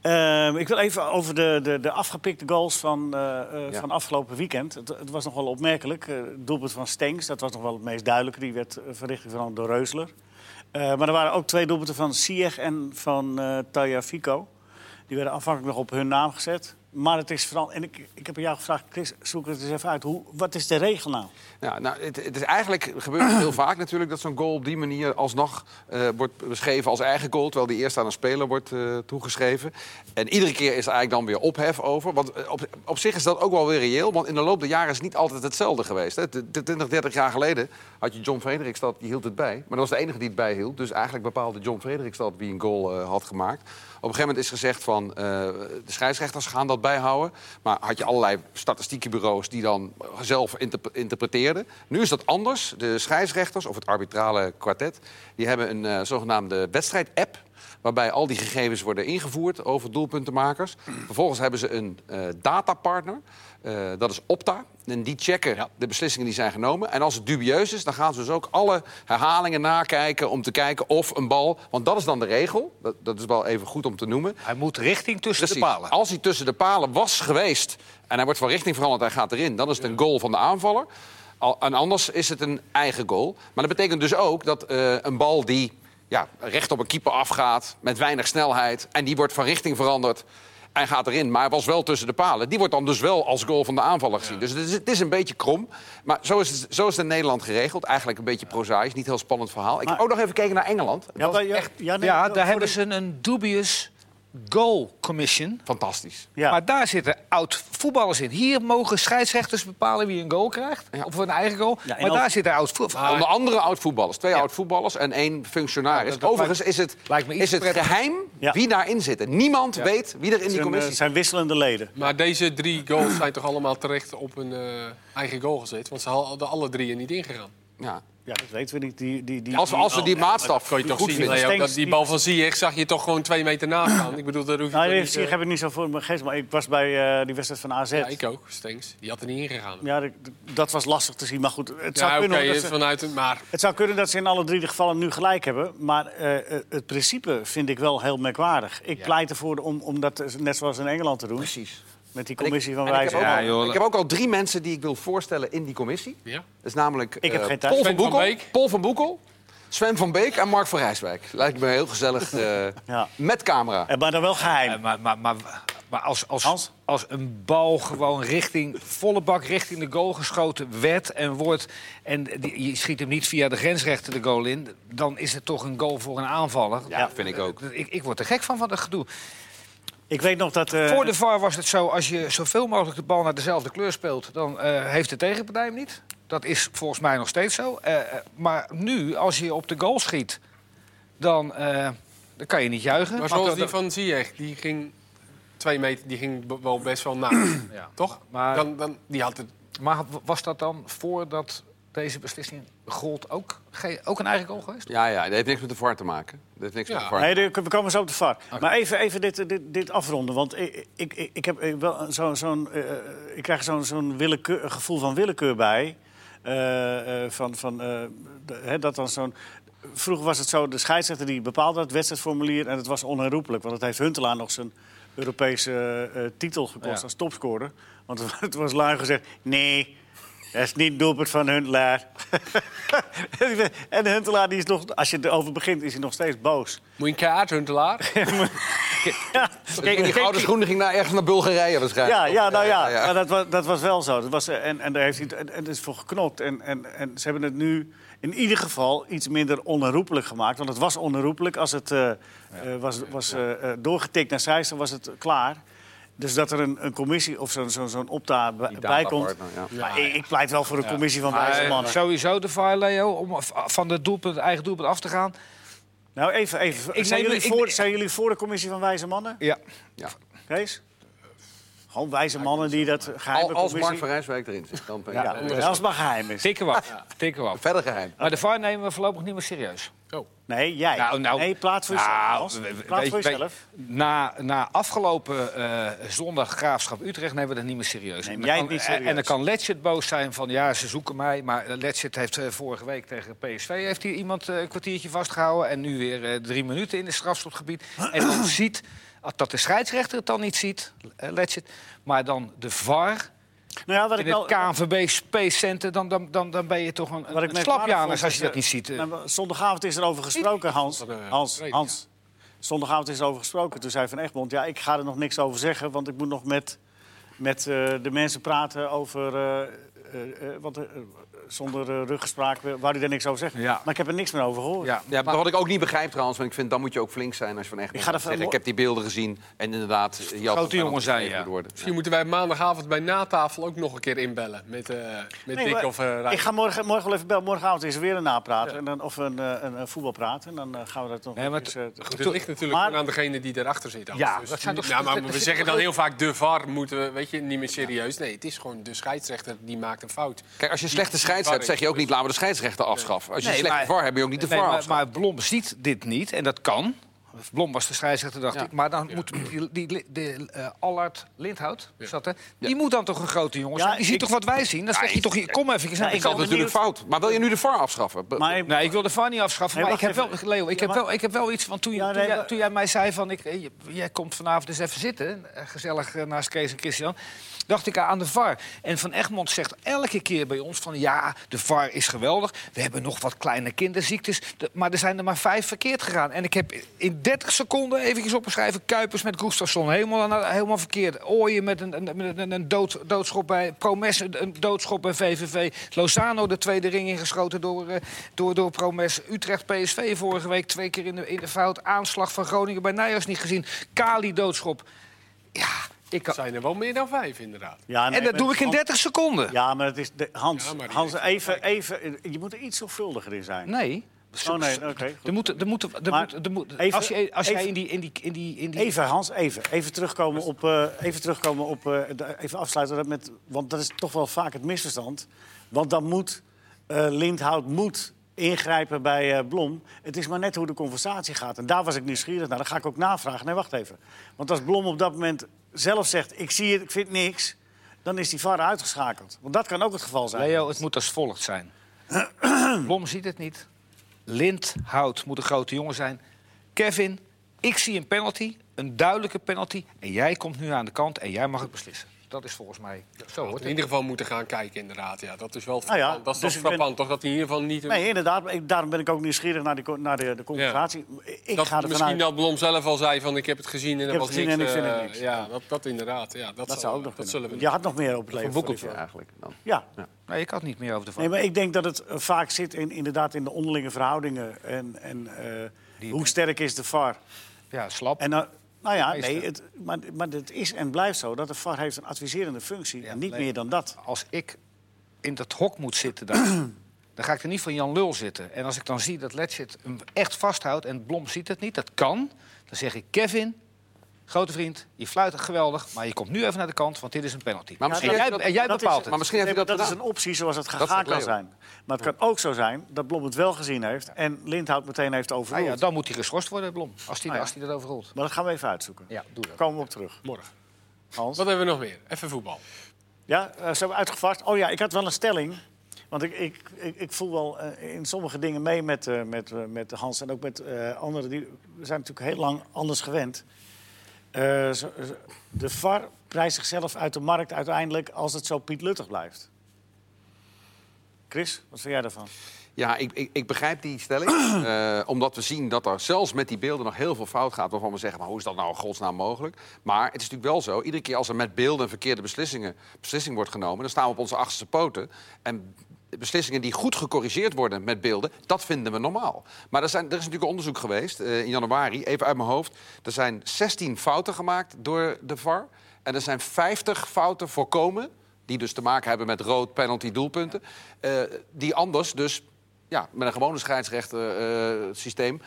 S1: Ehm, ik wil even over de, de, de afgepikte goals van, eh, eh,
S2: Ja.
S1: van afgelopen weekend. Het, het was nog wel opmerkelijk. Eh, het doelpunt van Stengs, dat was nog wel het meest duidelijke. Die werd eh, verricht vooral door Reusler. Eh, maar er waren ook twee doelpunten van Sieg en van eh Taya Fico. Die werden aanvankelijk nog op hun naam gezet. Maar het is vooral... En ik, ik heb aan jou gevraagd, Chris, zoek het eens even uit. Hoe, wat is de regel nou?
S2: Ja, nou, het, het is eigenlijk gebeurt het heel vaak natuurlijk dat zo'n goal op die manier alsnog eh, wordt beschreven als eigen goal, terwijl die eerst aan een speler wordt eh, toegeschreven. En iedere keer is er eigenlijk dan weer ophef over. Want eh, op, op zich is dat ook wel weer reëel, want in de loop der jaren is het niet altijd hetzelfde geweest. Hè. De- de 20, 30 jaar geleden had je John Fredericks dat, die hield het bij, maar dat was de enige die het bijhield. Dus eigenlijk bepaalde John Fredericks dat wie een goal eh, had gemaakt. Op een gegeven moment is gezegd van eh, de scheidsrechters gaan dat bijhouden. Maar had je allerlei statistiekenbureaus die dan zelf interp- interpreteerden. Nu is dat anders. De scheidsrechters of het arbitrale kwartet... die hebben een eh, zogenaamde wedstrijd-app. Waarbij al die gegevens worden ingevoerd over doelpuntenmakers. Vervolgens hebben ze een eh, datapartner. eh, dat is Opta. En die checken de beslissingen die zijn genomen. En als het dubieus is, dan gaan ze dus ook alle herhalingen nakijken... om te kijken of een bal... Want dat is dan de regel. Dat, dat is wel even goed om te noemen.
S3: Hij moet richting tussen de
S2: Precies.
S3: palen.
S2: Als hij tussen de palen was geweest en hij wordt van richting veranderd en gaat erin, dan is het een goal van de aanvaller. Al, en anders is het een eigen goal. Maar dat betekent dus ook dat eh, een bal die ja, recht op een keeper afgaat, met weinig snelheid, en die wordt van richting veranderd. En gaat erin, maar was wel tussen de palen. Die wordt dan dus wel als goal van de aanvaller gezien. Dus het is, het is een beetje krom. Maar zo is, het, zo is het in Nederland geregeld. Eigenlijk een beetje prozaïs. Niet heel spannend verhaal. Ik heb
S1: Maar-
S2: ook nog even gekeken naar Engeland.
S1: Ja, maar ja, ja, nee,
S3: ja,
S1: voor
S3: daar hebben
S1: de-
S3: ze een, een dubious goal commission.
S2: Fantastisch.
S1: Ja.
S3: Maar daar zitten oud voetballers in. Hier mogen scheidsrechters bepalen wie een goal krijgt. Of een eigen goal.
S1: Ja, Ah, en
S3: maar
S1: als-
S3: daar zitten oud voetballers.
S2: Onder andere oud-voetballers. Twee oud-voetballers en één functionaris.
S3: Ah, Ja, dat- dat
S2: Overigens is het,
S3: lijkt me iets
S2: is het
S3: prettiger.
S2: geheim
S1: Ja.
S2: wie daarin zit. Niemand weet wie er in die
S1: zijn, eh,
S2: commissie zit.
S1: zijn wisselende leden.
S4: Maar deze drie goals zijn toch allemaal terecht op een eh, eigen goal gezet? Want ze hadden alle drie er niet ingegaan.
S2: Ja.
S1: Ja, dat weten we niet. Die, die, die,
S2: Als, als we
S1: oh,
S2: die
S1: ja.
S2: maatstaf
S4: Kan je toch
S2: goed
S4: zien,
S2: vinden.
S1: Leo.
S4: Leo,
S1: Stengs
S4: dat die
S1: die-
S4: bal van Ziyech zag je toch gewoon twee meter naast gaan. Ik bedoel, daar hoef je
S1: Nou,
S4: toch
S1: die
S4: niet,
S1: die
S4: eh,
S1: heb ik niet zo voor mijn geest. Maar ik was bij eh, die wedstrijd van AZ.
S4: Ja, ik ook, Stengs. Die had er niet ingegaan.
S1: Ja, dat, dat was lastig te zien. Maar goed, het zou,
S4: Ja, oké,
S1: kunnen, hoor, dat ze,
S4: vanuit het... Maar
S1: het zou kunnen dat ze in alle drie de gevallen nu gelijk hebben. Maar eh, eh, het principe vind ik wel heel merkwaardig. Ik pleit ervoor om, om dat eh, net zoals in Engeland te doen.
S2: Precies.
S1: Met die commissie van
S2: En ik, heb
S1: wijzen.
S2: ook
S1: Ja,
S2: al,
S1: joh.
S2: ik heb ook al drie mensen die ik wil voorstellen in die commissie.
S4: ja.
S2: Dat is namelijk
S1: Ik heb
S2: eh,
S1: geen tijd.
S2: Paul, van
S4: Sven van
S2: Boekel,
S4: Beek.
S2: Paul van Boekel, Sven van Beek en Mark van Rijswijk. Lijkt me heel gezellig eh,
S1: Ja.
S2: met camera.
S1: Eh, Maar dan wel geheim.
S3: Eh, Maar, maar, maar, maar als,
S1: Hans?
S3: als, als een bal gewoon richting, volle bak richting de goal geschoten werd en wordt. en die, je schiet hem niet via de grensrechter de goal in. dan is het toch een goal voor een aanvaller. Eh,
S2: Ja, vind ik ook.
S3: Ik, ik word er gek van van dat gedoe.
S1: Ik weet nog dat... eh,
S3: Voor de VAR was het zo, als je zoveel mogelijk de bal naar dezelfde kleur speelt, dan eh, heeft de tegenpartij hem niet. Dat is volgens mij nog steeds zo. Eh, eh, maar nu, als je op de goal schiet, dan, eh, dan kan je niet juichen.
S4: Maar zoals
S3: dan-
S4: die van Ziyech, die ging twee meter, die ging b- wel best wel na.
S3: Ja.
S4: toch?
S3: Maar-
S4: dan, dan, die had het.
S3: Maar was dat dan voordat deze beslissing gold ook, ge- ook een eigen goal geweest?
S2: Ja, ja, dat heeft niks met de VAR te maken. Dat heeft niks
S4: Ja.
S2: met de VAR.
S1: Nee, de- we komen zo op de VAR. Maar even, even dit, dit, dit afronden. Want ik, ik, ik- ik, heb eh, wel een- zo'n zo'n, eh, ik krijg zo'n zo'n willekeur- een gevoel van willekeur bij. Eh, eh, van, van, eh, de- hè, dat dan zo'n... Vroeger was het zo, de scheidsrechter die bepaalde het wedstrijdformulier... en het was onherroepelijk, want het heeft Huntelaar nog zijn Europese eh, eh, titel gekost
S3: Ja.
S1: als topscorer. Want het was lui gezegd, nee, dat is niet het doelpunt van Huntelaar. en Huntelaar, die is nog, als je erover begint, is hij nog steeds boos.
S4: Moet je een kaart, Huntelaar?
S1: Ja,
S2: Kijk, die gouden schoenen ging naar, ergens naar Bulgarije waarschijnlijk.
S1: ja, ja, nou ja,
S2: Ja, ja.
S1: Maar dat, was, dat was wel zo. Dat was, eh, en, en daar heeft hij het, en, en het is voor geknokt. En, en, en ze hebben het nu in ieder geval iets minder onherroepelijk gemaakt. Want het was onherroepelijk. Als het eh, eh, was, was eh, eh, doorgetikt naar Zeist, dan was het klaar. Dus dat er een, een commissie of zo'n zo'n zo'n opta bij- bij komt.
S2: datapartner, ja.
S1: Maar ik, ik pleit wel voor een commissie van wijze mannen.
S3: Eh, sowieso de VAR, Leo, om v- van het doelpunt, eigen doelpunt af te gaan.
S1: Nou, even, even.
S3: Ik
S1: zijn,
S3: neem-
S1: jullie
S3: ik-
S1: voor, zijn jullie voor de commissie van wijze mannen,
S3: Ja.
S2: Ja.
S1: Kees? Gewoon wijze mannen die dat geheime
S2: Al, als
S1: commissie...
S2: Mark van Rijswijk erin zit, dan ben ik
S1: Ja,
S2: eh,
S1: als het maar geheim is.
S3: Tikken we af. Tikken we af.
S2: verder geheim.
S3: Maar de VAR nemen we voorlopig niet meer serieus.
S4: Oh.
S1: Nee, jij.
S3: Nou, nou-
S1: nee, plaats voor jezelf. Hans.
S3: we- we-
S1: plaats
S3: weet-
S1: voor
S3: weet-
S1: jezelf.
S3: Na, na afgelopen eh, zondag Graafschap Utrecht nemen we dat niet meer serieus.
S1: Neem
S3: En dan
S1: jij
S3: kan-
S1: het
S3: eh,
S1: niet serieus.
S3: En dan kan Letchert boos zijn van ja, ze zoeken mij. Maar Letchert heeft eh, vorige week tegen PSV heeft hier iemand eh, een kwartiertje vastgehouden. En nu weer eh, drie minuten in het strafschopgebied. En dan ziet, dat de scheidsrechter het dan niet ziet, eh, Letchert. Maar dan de VAR
S1: Nou ja, wat ik
S3: in het
S1: wel...
S3: KNVB Space Center. Dan, dan, dan, dan ben je toch een,
S1: Wat ik
S3: een
S1: merkwaardig
S3: slapjanus
S1: vond,
S3: als je
S1: is,
S3: dat
S1: eh,
S3: niet ziet. eh.
S1: nou, maar zondagavond is er over gesproken, Hans.
S4: vond het, eh,
S1: Hans,
S4: breed,
S1: Hans. Zondagavond is er over gesproken. Toen zei Van Egmond, ja, ik ga er nog niks over zeggen... want ik moet nog met, met eh, de mensen praten over... eh, eh, eh, want eh, eh, zonder eh, ruggespraak eh, wou hij er niks over zeggen.
S3: Ja.
S1: Maar ik heb er niks meer over gehoord.
S3: ja.
S2: Ja, maar wat ik ook niet begrijp trouwens, want ik vind dan moet je ook flink zijn als je van echt.
S1: Ik ga er van-
S2: ik heb die beelden gezien en inderdaad. eh, Jan
S3: grote
S2: van
S3: jongen zijn,
S2: Feyenoord
S3: ja.
S2: moet worden.
S4: Misschien moeten wij maandagavond bij natafel ook nog een keer inbellen. Met, eh met
S1: Nee,
S4: Dick
S1: maar
S4: of eh Rijn.
S1: ik ga morgen, morgen wel even bellen. Morgenavond is er weer een napraten. En dan, of een, eh, een, eh, voetbalpraat. En dan eh, gaan we dat nog
S3: Nee, maar
S1: eens, eh,
S4: Goed, het ligt natuurlijk
S1: Maar-
S4: aan degene die erachter zit. Hans.
S3: Ja, dat zijn toch-
S4: ja, maar
S3: dat-
S4: we
S3: dat-
S4: zeggen dan heel vaak de VAR moeten we, weet je, niet meer serieus. Nee, het is gewoon de scheidsrechter die maakt een fout.
S2: Kijk, als je slechte scheids hebt, zeg je ook niet laten we de scheidsrechter afschaffen. Als je
S3: Nee,
S2: slechte
S3: maar-
S2: VAR hebt, heb je ook niet de
S3: Nee,
S2: VAR
S3: maar,
S2: afschaffen.
S3: maar Blom ziet dit niet en dat kan. Blom was de scheidsrechter, dacht
S2: Ja.
S3: ik. Maar dan moet die, die, de, eh, Allard Lindhout, zat er, die
S2: Ja.
S3: moet dan toch een grote jongen
S1: Ja,
S3: zijn? Die ziet
S1: ik-
S3: toch wat wij zien? Dan zeg je toch, hier, kom even.
S1: Ja, ik
S3: ik
S1: ben
S2: Dat
S3: kan
S2: is
S1: benieuwd-
S2: natuurlijk fout. Maar wil je nu de VAR afschaffen? Be-
S1: Maar
S3: Nee, ik wil de VAR niet afschaffen,
S1: Nee,
S3: maar ik heb,
S1: wacht
S3: wel,
S1: even.
S3: Leo, ik,
S1: Ja,
S3: heb
S1: maar-
S3: wel, ik heb wel iets. Want toen,
S1: Ja,
S3: toen,
S1: nee,
S3: jij,
S1: maar-
S3: toen jij mij zei van, ik, eh, jij komt vanavond eens even zitten, eh, gezellig eh, naast Kees en Christian, dacht ik aan de VAR. En Van Egmond zegt elke keer bij ons van, ja, de VAR is geweldig. We hebben nog wat kleine kinderziektes, de- maar er zijn er maar vijf verkeerd gegaan. En ik heb in 30 seconden eventjes opgeschreven, Kuipers met Gustafsson, helemaal, aan- helemaal verkeerd. Ooyen met een, een, met een- een dood, doodschop bij Promes, een een doodschop bij VVV. Lozano de tweede ring ingeschoten door, eh, door, door Promes. Utrecht PSV vorige week twee keer in de, in de fout. Aanslag van Groningen bij Nijers niet gezien. Kali doodschop. Ja, ik kan...
S4: zijn er wel meer dan vijf, inderdaad.
S1: Ja, nee,
S3: En dat
S1: maar-
S3: doe ik in 30 seconden.
S1: Ja, maar het is de, Hans,
S4: Ja, maar die
S1: Hans
S4: heeft
S1: even, even, je moet er iets zorgvuldiger in zijn.
S3: Nee.
S1: Oh nee, oké. goed.
S3: Er moet, er moet, er
S1: Maar
S3: moet, er moet,
S1: even-
S3: als je, als jij
S1: even-
S3: in die, in die, in die, in die
S1: Even, Hans, even. Even terugkomen
S4: Dus-
S1: op. eh, even, terugkomen op eh, de- even afsluiten met. Want dat is toch wel vaak het misverstand. Want dan moet. eh, Lindhout moet ingrijpen bij eh, Blom. Het is maar net hoe de conversatie gaat. En daar was ik nieuwsgierig naar. Dan ga ik ook navragen. Nee, wacht even. Want als Blom op dat moment zelf zegt: Ik zie het, ik vind niks. dan is die VAR uitgeschakeld. Want dat kan ook het geval zijn.
S3: Leo, het moet als volgt zijn. Blom ziet het niet. Lindhout moet een grote jongen zijn. Kevin, ik zie een penalty, een duidelijke penalty. En jij komt nu aan de kant en jij mag het beslissen. Dat is volgens mij zo.
S4: Had
S3: Hoort
S4: in ieder geval moeten gaan kijken, inderdaad. Ja, dat is wel
S1: Nou ja,
S4: frappant. dat is
S1: dus
S4: toch
S1: ik ben-
S4: frappant, toch? Dat hij in ieder geval niet... een-
S1: Nee, inderdaad. Ik- daarom ben ik ook nieuwsgierig naar, die, co- naar de, de conversatie. Ik
S4: dat
S1: ga ervan
S4: misschien
S1: uit.
S4: dat Blom zelf al zei van ik heb het gezien en er
S1: heb
S4: was
S1: het gezien
S4: niks.
S1: en ik vind
S4: eh,
S1: er niks.
S4: Ja, dat, dat inderdaad. Ja, dat,
S1: dat
S4: zal-
S1: zou ook nog
S4: dat
S1: kunnen.
S4: zullen we
S1: Je had nog meer op het leven.
S2: Een boekeltje eigenlijk. Dan.
S1: Ja,
S3: Nee, ik had niet meer over de
S1: Nee,
S3: VAR.
S1: maar ik denk dat het eh, vaak zit in, inderdaad in de onderlinge verhoudingen. En, en eh, hoe sterk is de VAR?
S3: Ja, slap.
S1: En, eh, nou ja,
S3: Meester.
S1: nee, het, maar, maar het is en blijft zo dat de VAR heeft een adviserende functie. en niet
S3: nee.
S1: meer dan dat.
S3: Als ik in dat hok moet zitten daar, dan ga ik er niet van Jan Lul zitten. En als ik dan zie dat Letchit hem echt vasthoudt en Blom ziet het niet, dat kan. Dan zeg ik, Kevin, grote vriend, je fluit het geweldig... maar je komt nu even naar de kant, want dit is een penalty.
S2: Maar misschien
S3: en
S2: heeft
S3: jij,
S2: hij dat-
S3: en jij
S1: dat
S3: bepaalt
S1: is,
S3: het.
S2: Maar misschien heeft hij
S1: Nee, dat
S2: dat
S1: is een
S2: gedaan.
S1: optie zoals het
S2: Dat
S1: gegaan
S2: zegt
S1: kan
S2: Leo.
S1: zijn. Maar het kan ook zo zijn dat Blom het wel gezien heeft... en Lindhout meteen heeft
S3: Nou
S1: overroeld.
S2: Ah
S3: ja, dan moet hij geschorst worden, Blom. Als hij,
S1: Ah ja.
S3: als hij dat overrolt.
S1: Maar dat gaan we even uitzoeken.
S3: Ja, doe
S1: Daar
S3: dat.
S1: komen we op terug.
S4: morgen.
S1: Hans?
S4: Wat hebben we nog meer? Even voetbal.
S1: Ja, eh, zo uitgevast. Oh ja, ik had wel een stelling. Want ik, ik, ik, ik voel wel eh, in sommige dingen mee met, eh, met, eh, met Hans en ook met eh, anderen. Die, we zijn natuurlijk heel lang anders gewend. Eh, zo- zo- de VAR prijst zichzelf uit de markt uiteindelijk als het zo Piet Luttig blijft. Chris, wat vind jij daarvan?
S2: Ja, ik, ik, ik begrijp die stelling. eh, omdat we zien dat er zelfs met die beelden nog heel veel fout gaat. Waarvan we zeggen, maar hoe is dat nou in godsnaam mogelijk? Maar het is natuurlijk wel zo. Iedere keer als er met beelden en verkeerde beslissingen beslissing wordt genomen... dan staan we op onze achterste poten. En beslissingen die goed gecorrigeerd worden met beelden... dat vinden we normaal. Maar er, zijn, er is natuurlijk een onderzoek geweest eh, in januari. Even uit mijn hoofd. Er zijn 16 fouten gemaakt door de VAR. En er zijn 50 fouten voorkomen die dus te maken hebben met rood, penalty, doelpunten. eh, die anders dus ja, met een gewone scheidsrechter eh, systeem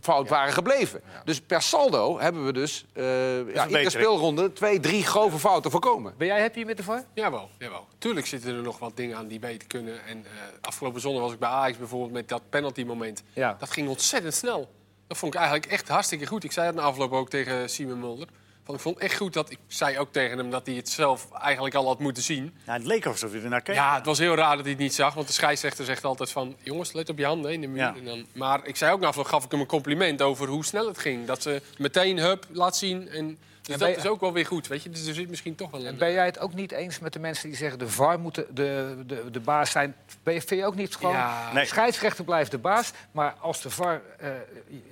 S2: fout waren gebleven. Dus per saldo hebben we dus eh ja, iedere
S1: verbetering.
S2: speelronde twee, drie grove fouten voorkomen.
S3: Ben jij happy met de VAR?
S4: Jawel, jawel. Tuurlijk zitten er nog wat dingen aan die beter kunnen. En eh, afgelopen zondag was ik bij Ajax bijvoorbeeld met dat penaltymoment.
S3: Ja.
S4: Dat ging ontzettend snel. Dat vond ik eigenlijk echt hartstikke goed. Ik zei het na afloop ook tegen Simon Mulder. Van, ik vond echt goed dat ik zei ook tegen hem dat hij het zelf eigenlijk al had moeten zien.
S1: Nou, het leek alsof je er naar keek.
S4: Ja, het was heel raar dat hij het niet zag. Want de scheidsrechter zegt altijd van... jongens, let op je handen in de muur.
S1: Ja.
S4: En dan, maar ik zei ook, nou, dan gaf ik hem een compliment over hoe snel het ging. Dat ze meteen, hup, laat zien. En,
S3: En
S4: dus dat
S3: ben-
S4: is ook wel weer goed, weet je. Dus er zit misschien toch wel
S3: En
S4: een...
S3: ben jij het ook niet eens met de mensen die zeggen... de VAR moet de, de, de, de baas zijn? Ben je, vind je ook niet gewoon...
S4: Ja.
S1: Nee.
S3: De scheidsrechter blijft de baas. Maar als de VAR eh,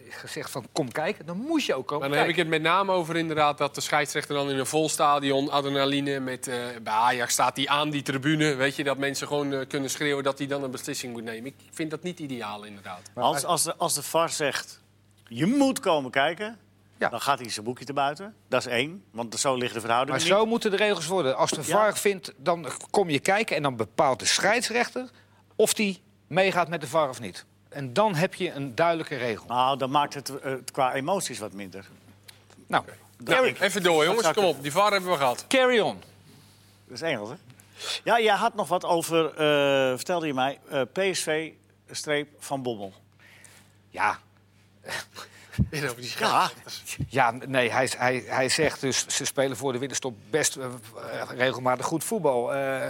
S3: gezegd van kom kijken, dan moet je ook komen
S4: Maar dan heb ik
S3: kijken.
S4: het met name over inderdaad dat de scheidsrechter dan in een vol stadion... adrenaline met... eh, bij Ajax staat hij aan die tribune, weet je. Dat mensen gewoon eh, kunnen schreeuwen dat hij dan een beslissing moet nemen. Ik vind dat niet ideaal, inderdaad.
S1: Als, als, de, als de VAR zegt, je moet komen kijken...
S3: Ja.
S1: dan gaat hij zijn boekje te buiten. Dat is één, want zo liggen de verhoudingen
S3: Maar
S1: niet.
S3: zo moeten de regels worden. Als de
S1: Ja.
S3: VAR vindt, dan kom je kijken en dan bepaalt de scheidsrechter... of die meegaat met de VAR of niet. En dan heb je een duidelijke regel.
S1: Nou, dan maakt het eh, qua emoties wat minder.
S3: Nou,
S4: Nou, even door, jongens.
S1: zou ik-
S4: Kom op, die VAR hebben we gehad.
S3: carry on.
S1: Dat is Engels, hè? Ja, jij had nog wat over, eh, vertelde je mij, eh, PSV-van Bommel.
S3: Ja.
S4: in over die
S1: Ja,
S4: scheidsrechter.
S3: Ja, nee, hij, hij, hij zegt dus ze spelen voor de winterstop best eh, eh, regelmatig goed voetbal. Eh,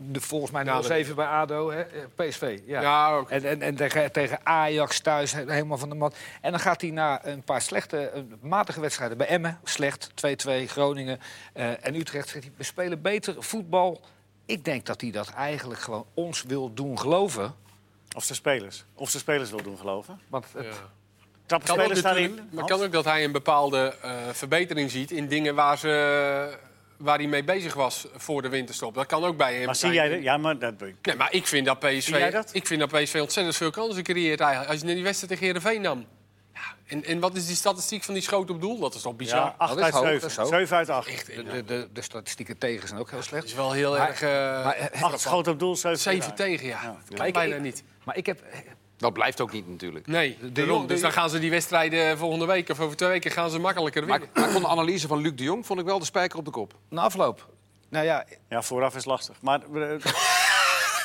S3: de, volgens mij
S4: Ja,
S3: 0-7 bij ADO, hè? eh, PSV. Ja,
S4: Ja, ook.
S3: En, en, en tegen, tegen Ajax thuis he- helemaal van de mat. En dan gaat hij na een paar slechte, eh, matige wedstrijden bij Emmen, slecht, 2-2, Groningen eh, en Utrecht, zegt hij, we spelen beter voetbal. Ik denk dat hij dat eigenlijk gewoon ons wil doen geloven.
S1: Of de spelers. Of de spelers wil doen geloven.
S3: Want het,
S4: Ja.
S1: Trappen
S4: Kan ook
S1: spelers
S4: natuurlijk,
S1: daarin.
S4: maar
S1: Hans?
S4: kan ook dat hij een bepaalde eh, verbetering ziet in dingen waar, ze, waar hij mee bezig was voor de winterstop. Dat kan ook bij hem
S1: Maar zie
S4: zijn.
S1: jij dat? Ja, maar dat...
S4: Nee, maar ik vind dat
S1: Zie jij
S4: PSV,
S1: dat?
S4: Ik vind dat PSV ontzettend veel kansen creëert eigenlijk. Als je naar die wedstrijd tegen Heerenveen nam. Ja, en, en wat is die statistiek van die schoot op doel? Dat is toch bizar?
S1: Ja, 8
S3: is
S1: uit
S3: hoog,
S1: 7.
S3: dat is hoog.
S1: 7 uit 8.
S4: Echt,
S3: de,
S4: eh,
S3: de, de, de statistieken tegen zijn ook heel slecht.
S4: dat is wel heel
S3: Maar-
S4: erg... eh
S3: Maar, eh,
S1: 8 schoten op doel, 7
S4: Zeven tegen, ja. Dat kan bijna niet.
S3: maar ik heb eh,
S2: Dat blijft ook niet natuurlijk.
S4: Nee, daarom.
S3: Jong- de-
S4: dus dan gaan ze die wedstrijden eh, volgende week of over twee weken gaan ze makkelijker
S2: Maar,
S4: winnen.
S2: maar ik vond de analyse van Luc de Jong vond ik wel de spijker op de kop.
S3: na afloop. Nou ja,
S1: Ja, vooraf is lastig. Maar... eh,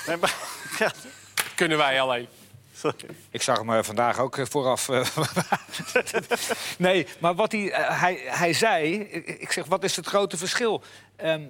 S1: nee, maar- ja,
S4: Kunnen wij alleen.
S1: sorry.
S3: ik zag hem eh, vandaag ook eh, vooraf. eh, nee, maar wat hij, eh, hij, hij zei, ik ik zeg, wat is het grote verschil? Ehm,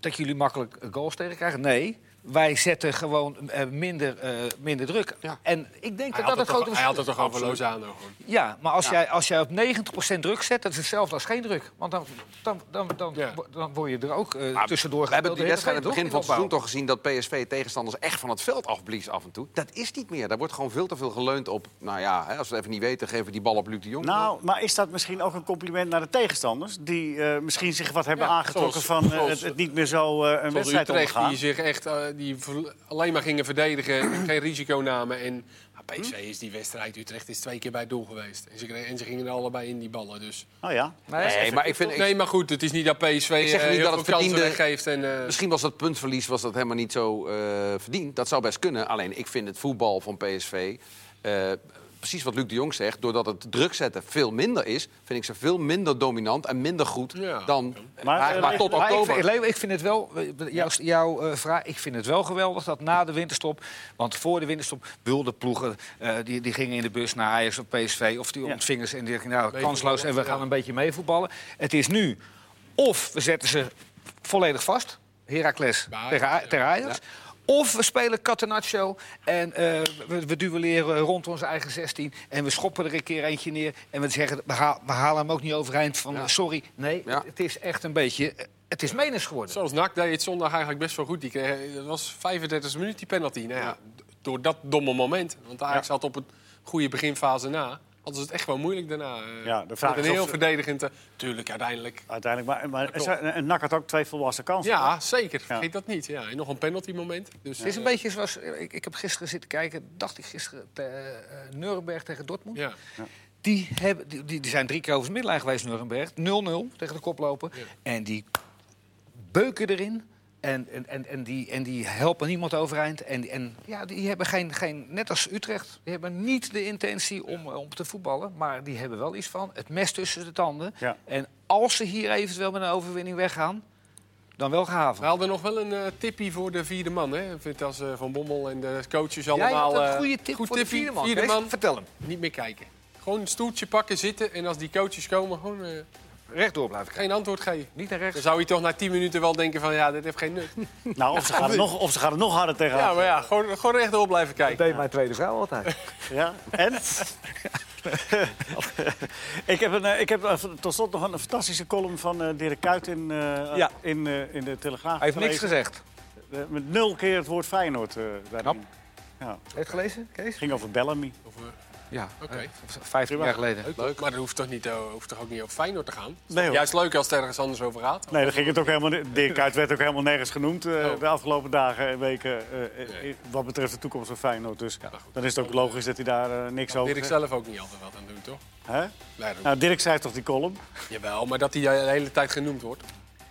S3: dat jullie makkelijk goals tegen krijgen? Nee, wij zetten gewoon eh, minder, eh, minder druk.
S2: Ja.
S3: En ik denk
S4: Hij
S3: dat dat
S4: had
S3: het
S4: het
S3: grote
S4: toch, hij
S3: verschil
S4: had
S3: is.
S4: het toch over Lozano gewoon.
S3: Ja, maar als, jij, als jij op 90% druk zet, dat is hetzelfde als geen druk. Want dan, dan, dan, dan,
S4: Ja.
S3: wo- dan word je er ook eh,
S2: Maar
S3: tussendoor
S2: We hebben
S3: gespeeld.
S2: die wedstrijd aan het begin van het
S3: Opbouw.
S2: seizoen toch gezien dat PSV tegenstanders echt van het veld afblies af en toe. Dat is niet meer. Daar wordt gewoon veel te veel geleund op. Nou ja, hè, als we het even niet weten, geven we die bal op Luc de Jong.
S1: Nou, maar is dat misschien ook een compliment naar de tegenstanders? Die eh, misschien zich wat hebben
S4: Ja,
S1: aangetrokken
S4: zoals-
S1: van eh,
S4: zoals-
S1: het, het niet meer zo eh, een
S4: Zoals
S1: wedstrijd
S4: Utrecht,
S1: omgaan.
S4: die zich echt eh, die ver- alleen maar gingen verdedigen, geen risico namen. En nou, maar PSV
S2: Hm?
S4: is die wedstrijd, Utrecht is twee keer bij het doel geweest. En ze, kregen- en ze gingen er allebei in die ballen. Dus.
S1: Nou ja.
S2: nee, maar ik vind, ik-
S4: nee, maar goed, het is niet dat PSV
S2: Ik zeg
S4: eh,
S2: niet dat
S4: heel veel
S2: het
S4: kansen
S2: verdiende-
S4: weggeeft. En, eh,
S2: misschien was dat puntverlies was dat helemaal niet zo eh, verdiend. Dat zou best kunnen. Alleen ik vind het voetbal van PSV, eh, precies wat Luc de Jong zegt... doordat het druk zetten veel minder is, vind ik ze veel minder dominant en minder goed
S4: Ja.
S2: dan...
S1: Maar,
S2: Maar,
S1: eh,
S2: maar tot
S3: Maar ik, vind,
S2: oktober.
S3: Leo, ik vind het wel, eh, jouw, jouw eh, vraag, ik vind het wel geweldig dat na de winterstop, want voor de winterstop wilde ploegen, eh, die, die gingen in de bus naar Ajax of PSV of die
S1: Ja.
S3: ontvingen ze en die dachten, nou,
S4: Meevoetballen,
S3: kansloos en we
S4: ja.
S3: gaan een beetje meevoetballen. Het is nu, of we zetten ze volledig vast, Heracles
S4: Bij Ajax,
S3: tegen A-
S4: ja.
S3: tegen Ajax. Of we spelen Catenaccio en eh, we, we duelleren rond onze eigen 16. En we schoppen er een keer eentje neer. En we zeggen, we, haal- we halen hem ook niet overeind van eh, sorry. Nee,
S2: Ja.
S3: het is echt een beetje... eh, Het is menens geworden.
S4: Zoals NAC deed het zondag eigenlijk best wel goed. Die kreeg, dat was 35 minuut die penalty. Nou ja, d- door dat domme moment. Want Ajax had op het goede beginfase na... hadden ze het echt wel moeilijk daarna. eh,
S1: Ja, de vraag is
S4: met een
S1: of
S4: heel
S1: ze-
S4: verdedigend... eh, Tuurlijk, uiteindelijk.
S1: Uiteindelijk, maar, maar
S4: klopt.
S1: en- en Nak had ook twee volwassen kansen.
S4: Ja, zeker. Vergeet dat niet. Ja, en nog een penalty moment. Dus,
S3: Het is een
S4: eh,
S3: beetje zoals... eh, Ik, ik heb gisteren zitten kijken, dacht ik gisteren... Te, eh, Nuremberg tegen Dortmund.
S4: Ja.
S3: Die, hebben, die, die- die zijn drie keer over het middenlijn geweest, Nuremberg. 0-0 tegen de koploper.
S4: Ja.
S3: En die beuken erin. En, en, en, en, die, en die helpen niemand overeind. En, en ja, die hebben geen, geen, net als Utrecht, die hebben niet de intentie om, eh, om te voetballen. Maar die hebben wel iets van het mes tussen de tanden.
S1: Ja.
S3: En als ze hier eventueel met een overwinning weggaan, dan wel gehavend.
S4: We hadden nog wel een eh, tippie voor de vierde man. Hè? Vintas eh, van Bommel en de coaches
S3: Jij
S4: allemaal.
S3: had een
S4: eh,
S3: goede tip
S4: goed
S3: voor
S4: tippie.
S3: de vierde man.
S4: Vierde
S3: Kees.
S4: man,
S3: Vertel hem.
S4: niet meer kijken. Gewoon een stoeltje pakken, zitten. En als die coaches komen, gewoon eh,
S3: Rechtdoor blijven kijken.
S4: geen antwoord geven.
S3: Niet naar rechts.
S4: Dan zou je toch na 10 minuten wel denken van ja, dit heeft geen nut.
S1: Nou, of ze, gaan er nog, of ze gaan er nog harder tegenaan.
S4: Ja, maar ja, gewoon, gewoon rechtop blijven kijken.
S5: deed mijn tweede vrouw altijd.
S1: Ja, en? ik heb, een, eh, ik heb eh, tot slot nog een fantastische column van eh, Dirk Kuyt in, eh,
S5: Ja.
S1: in, eh, in de Telegraaf.
S5: Hij heeft niks
S1: gelezen.
S5: gezegd.
S1: Eh, Met nul keer het woord Feyenoord. eh daarin.
S3: Heb je het gelezen, Kees?
S1: ging over Bellamy.
S4: Of, eh,
S3: Ja,
S4: Oké.
S3: eh, v- 15 jaar geleden.
S4: Maar dat hoeft toch, niet, eh, hoeft toch ook niet over Feyenoord te gaan?
S1: Nee, hoor.
S4: Juist leuk als het ergens anders over gaat.
S1: Nee, daar ging het ook helemaal niet. Dirk Kuyt werd ook helemaal nergens genoemd eh,
S3: Oh.
S1: de afgelopen dagen en weken. eh, eh,
S4: Nee.
S1: Wat betreft de toekomst van Feyenoord. Dus
S4: maar goed.
S1: dan is het ook logisch dat hij daar eh, niks
S3: Nou,
S1: over
S4: Dirk
S1: zegt.
S4: zelf ook niet altijd wat aan doen, toch?
S1: Hè?
S4: Nee, dat-
S1: Nou, Dirk schrijft toch die column?
S4: Jawel, maar dat hij de hele tijd genoemd wordt.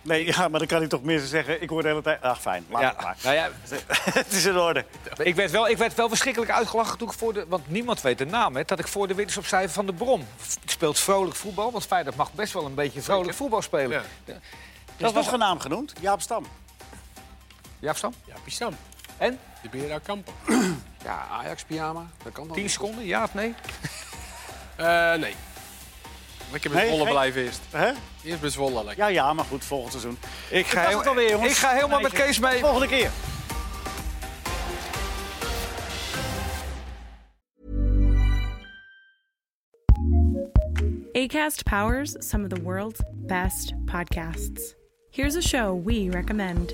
S1: Nee, ja, maar dan kan hij toch meer zeggen. Ik hoor de hele tijd. Ach, fijn. Laat het maar.
S3: Nou ja,
S1: het is in orde.
S3: ik, werd wel, ik werd wel verschrikkelijk uitgelachen toen ik voor de... Want niemand weet de naam, hè. Dat ik voor de winst opzij van de Brom. F- Speelt vrolijk voetbal, want Feyenoord mag best wel een beetje vrolijk voetbal spelen.
S4: Ja.
S1: Er is
S3: was-
S1: nog een naam genoemd. Jaap Stam.
S3: Jaap Stam?
S4: Ja, Pisam.
S3: En?
S4: De Bera Kampen.
S2: Ja, Ajax-pyjama, dat kan dan
S3: 10
S2: niet.
S3: seconden, ja of nee?
S4: Eh, nee. Lekker met
S1: Nee,
S4: Zwolle
S1: geen-
S4: blijven eerst.
S1: Hè?
S4: Eerst bij Zwolle lekker.
S1: Ja, ja, maar goed, volgend seizoen.
S3: Ik
S1: Dat was het alweer, jongens.
S3: ik ga helemaal met
S1: Meisje,
S3: Kees mee.
S1: Volgende keer.
S5: ACAST powers some of the world's best podcasts. Here's a show we recommend.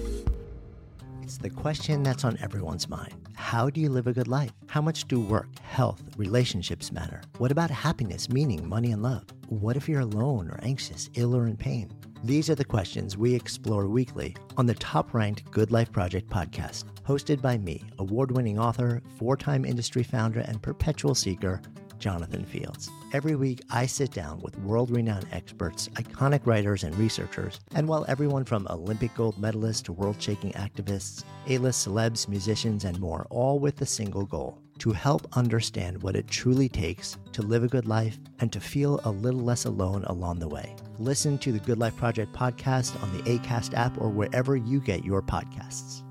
S6: It's the question that's on everyone's mind. How do you live a good life? How much do work, health, relationships matter? What about happiness, meaning, money, and love? What if you're alone or anxious, ill, or in pain? These are the questions we explore weekly on the top ranked Good Life Project podcast, hosted by me, award winning author, four time industry founder, and perpetual seeker. Jonathan Fields. Every week, I sit down with world renowned experts, iconic writers, and researchers, and while everyone from Olympic gold medalists to world shaking activists, A list celebs, musicians, and more, all with a single goal to help understand what it truly takes to live a good life and to feel a little less alone along the way. Listen to the Good Life Project podcast on the ACAST app or wherever you get your podcasts.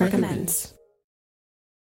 S5: recommends.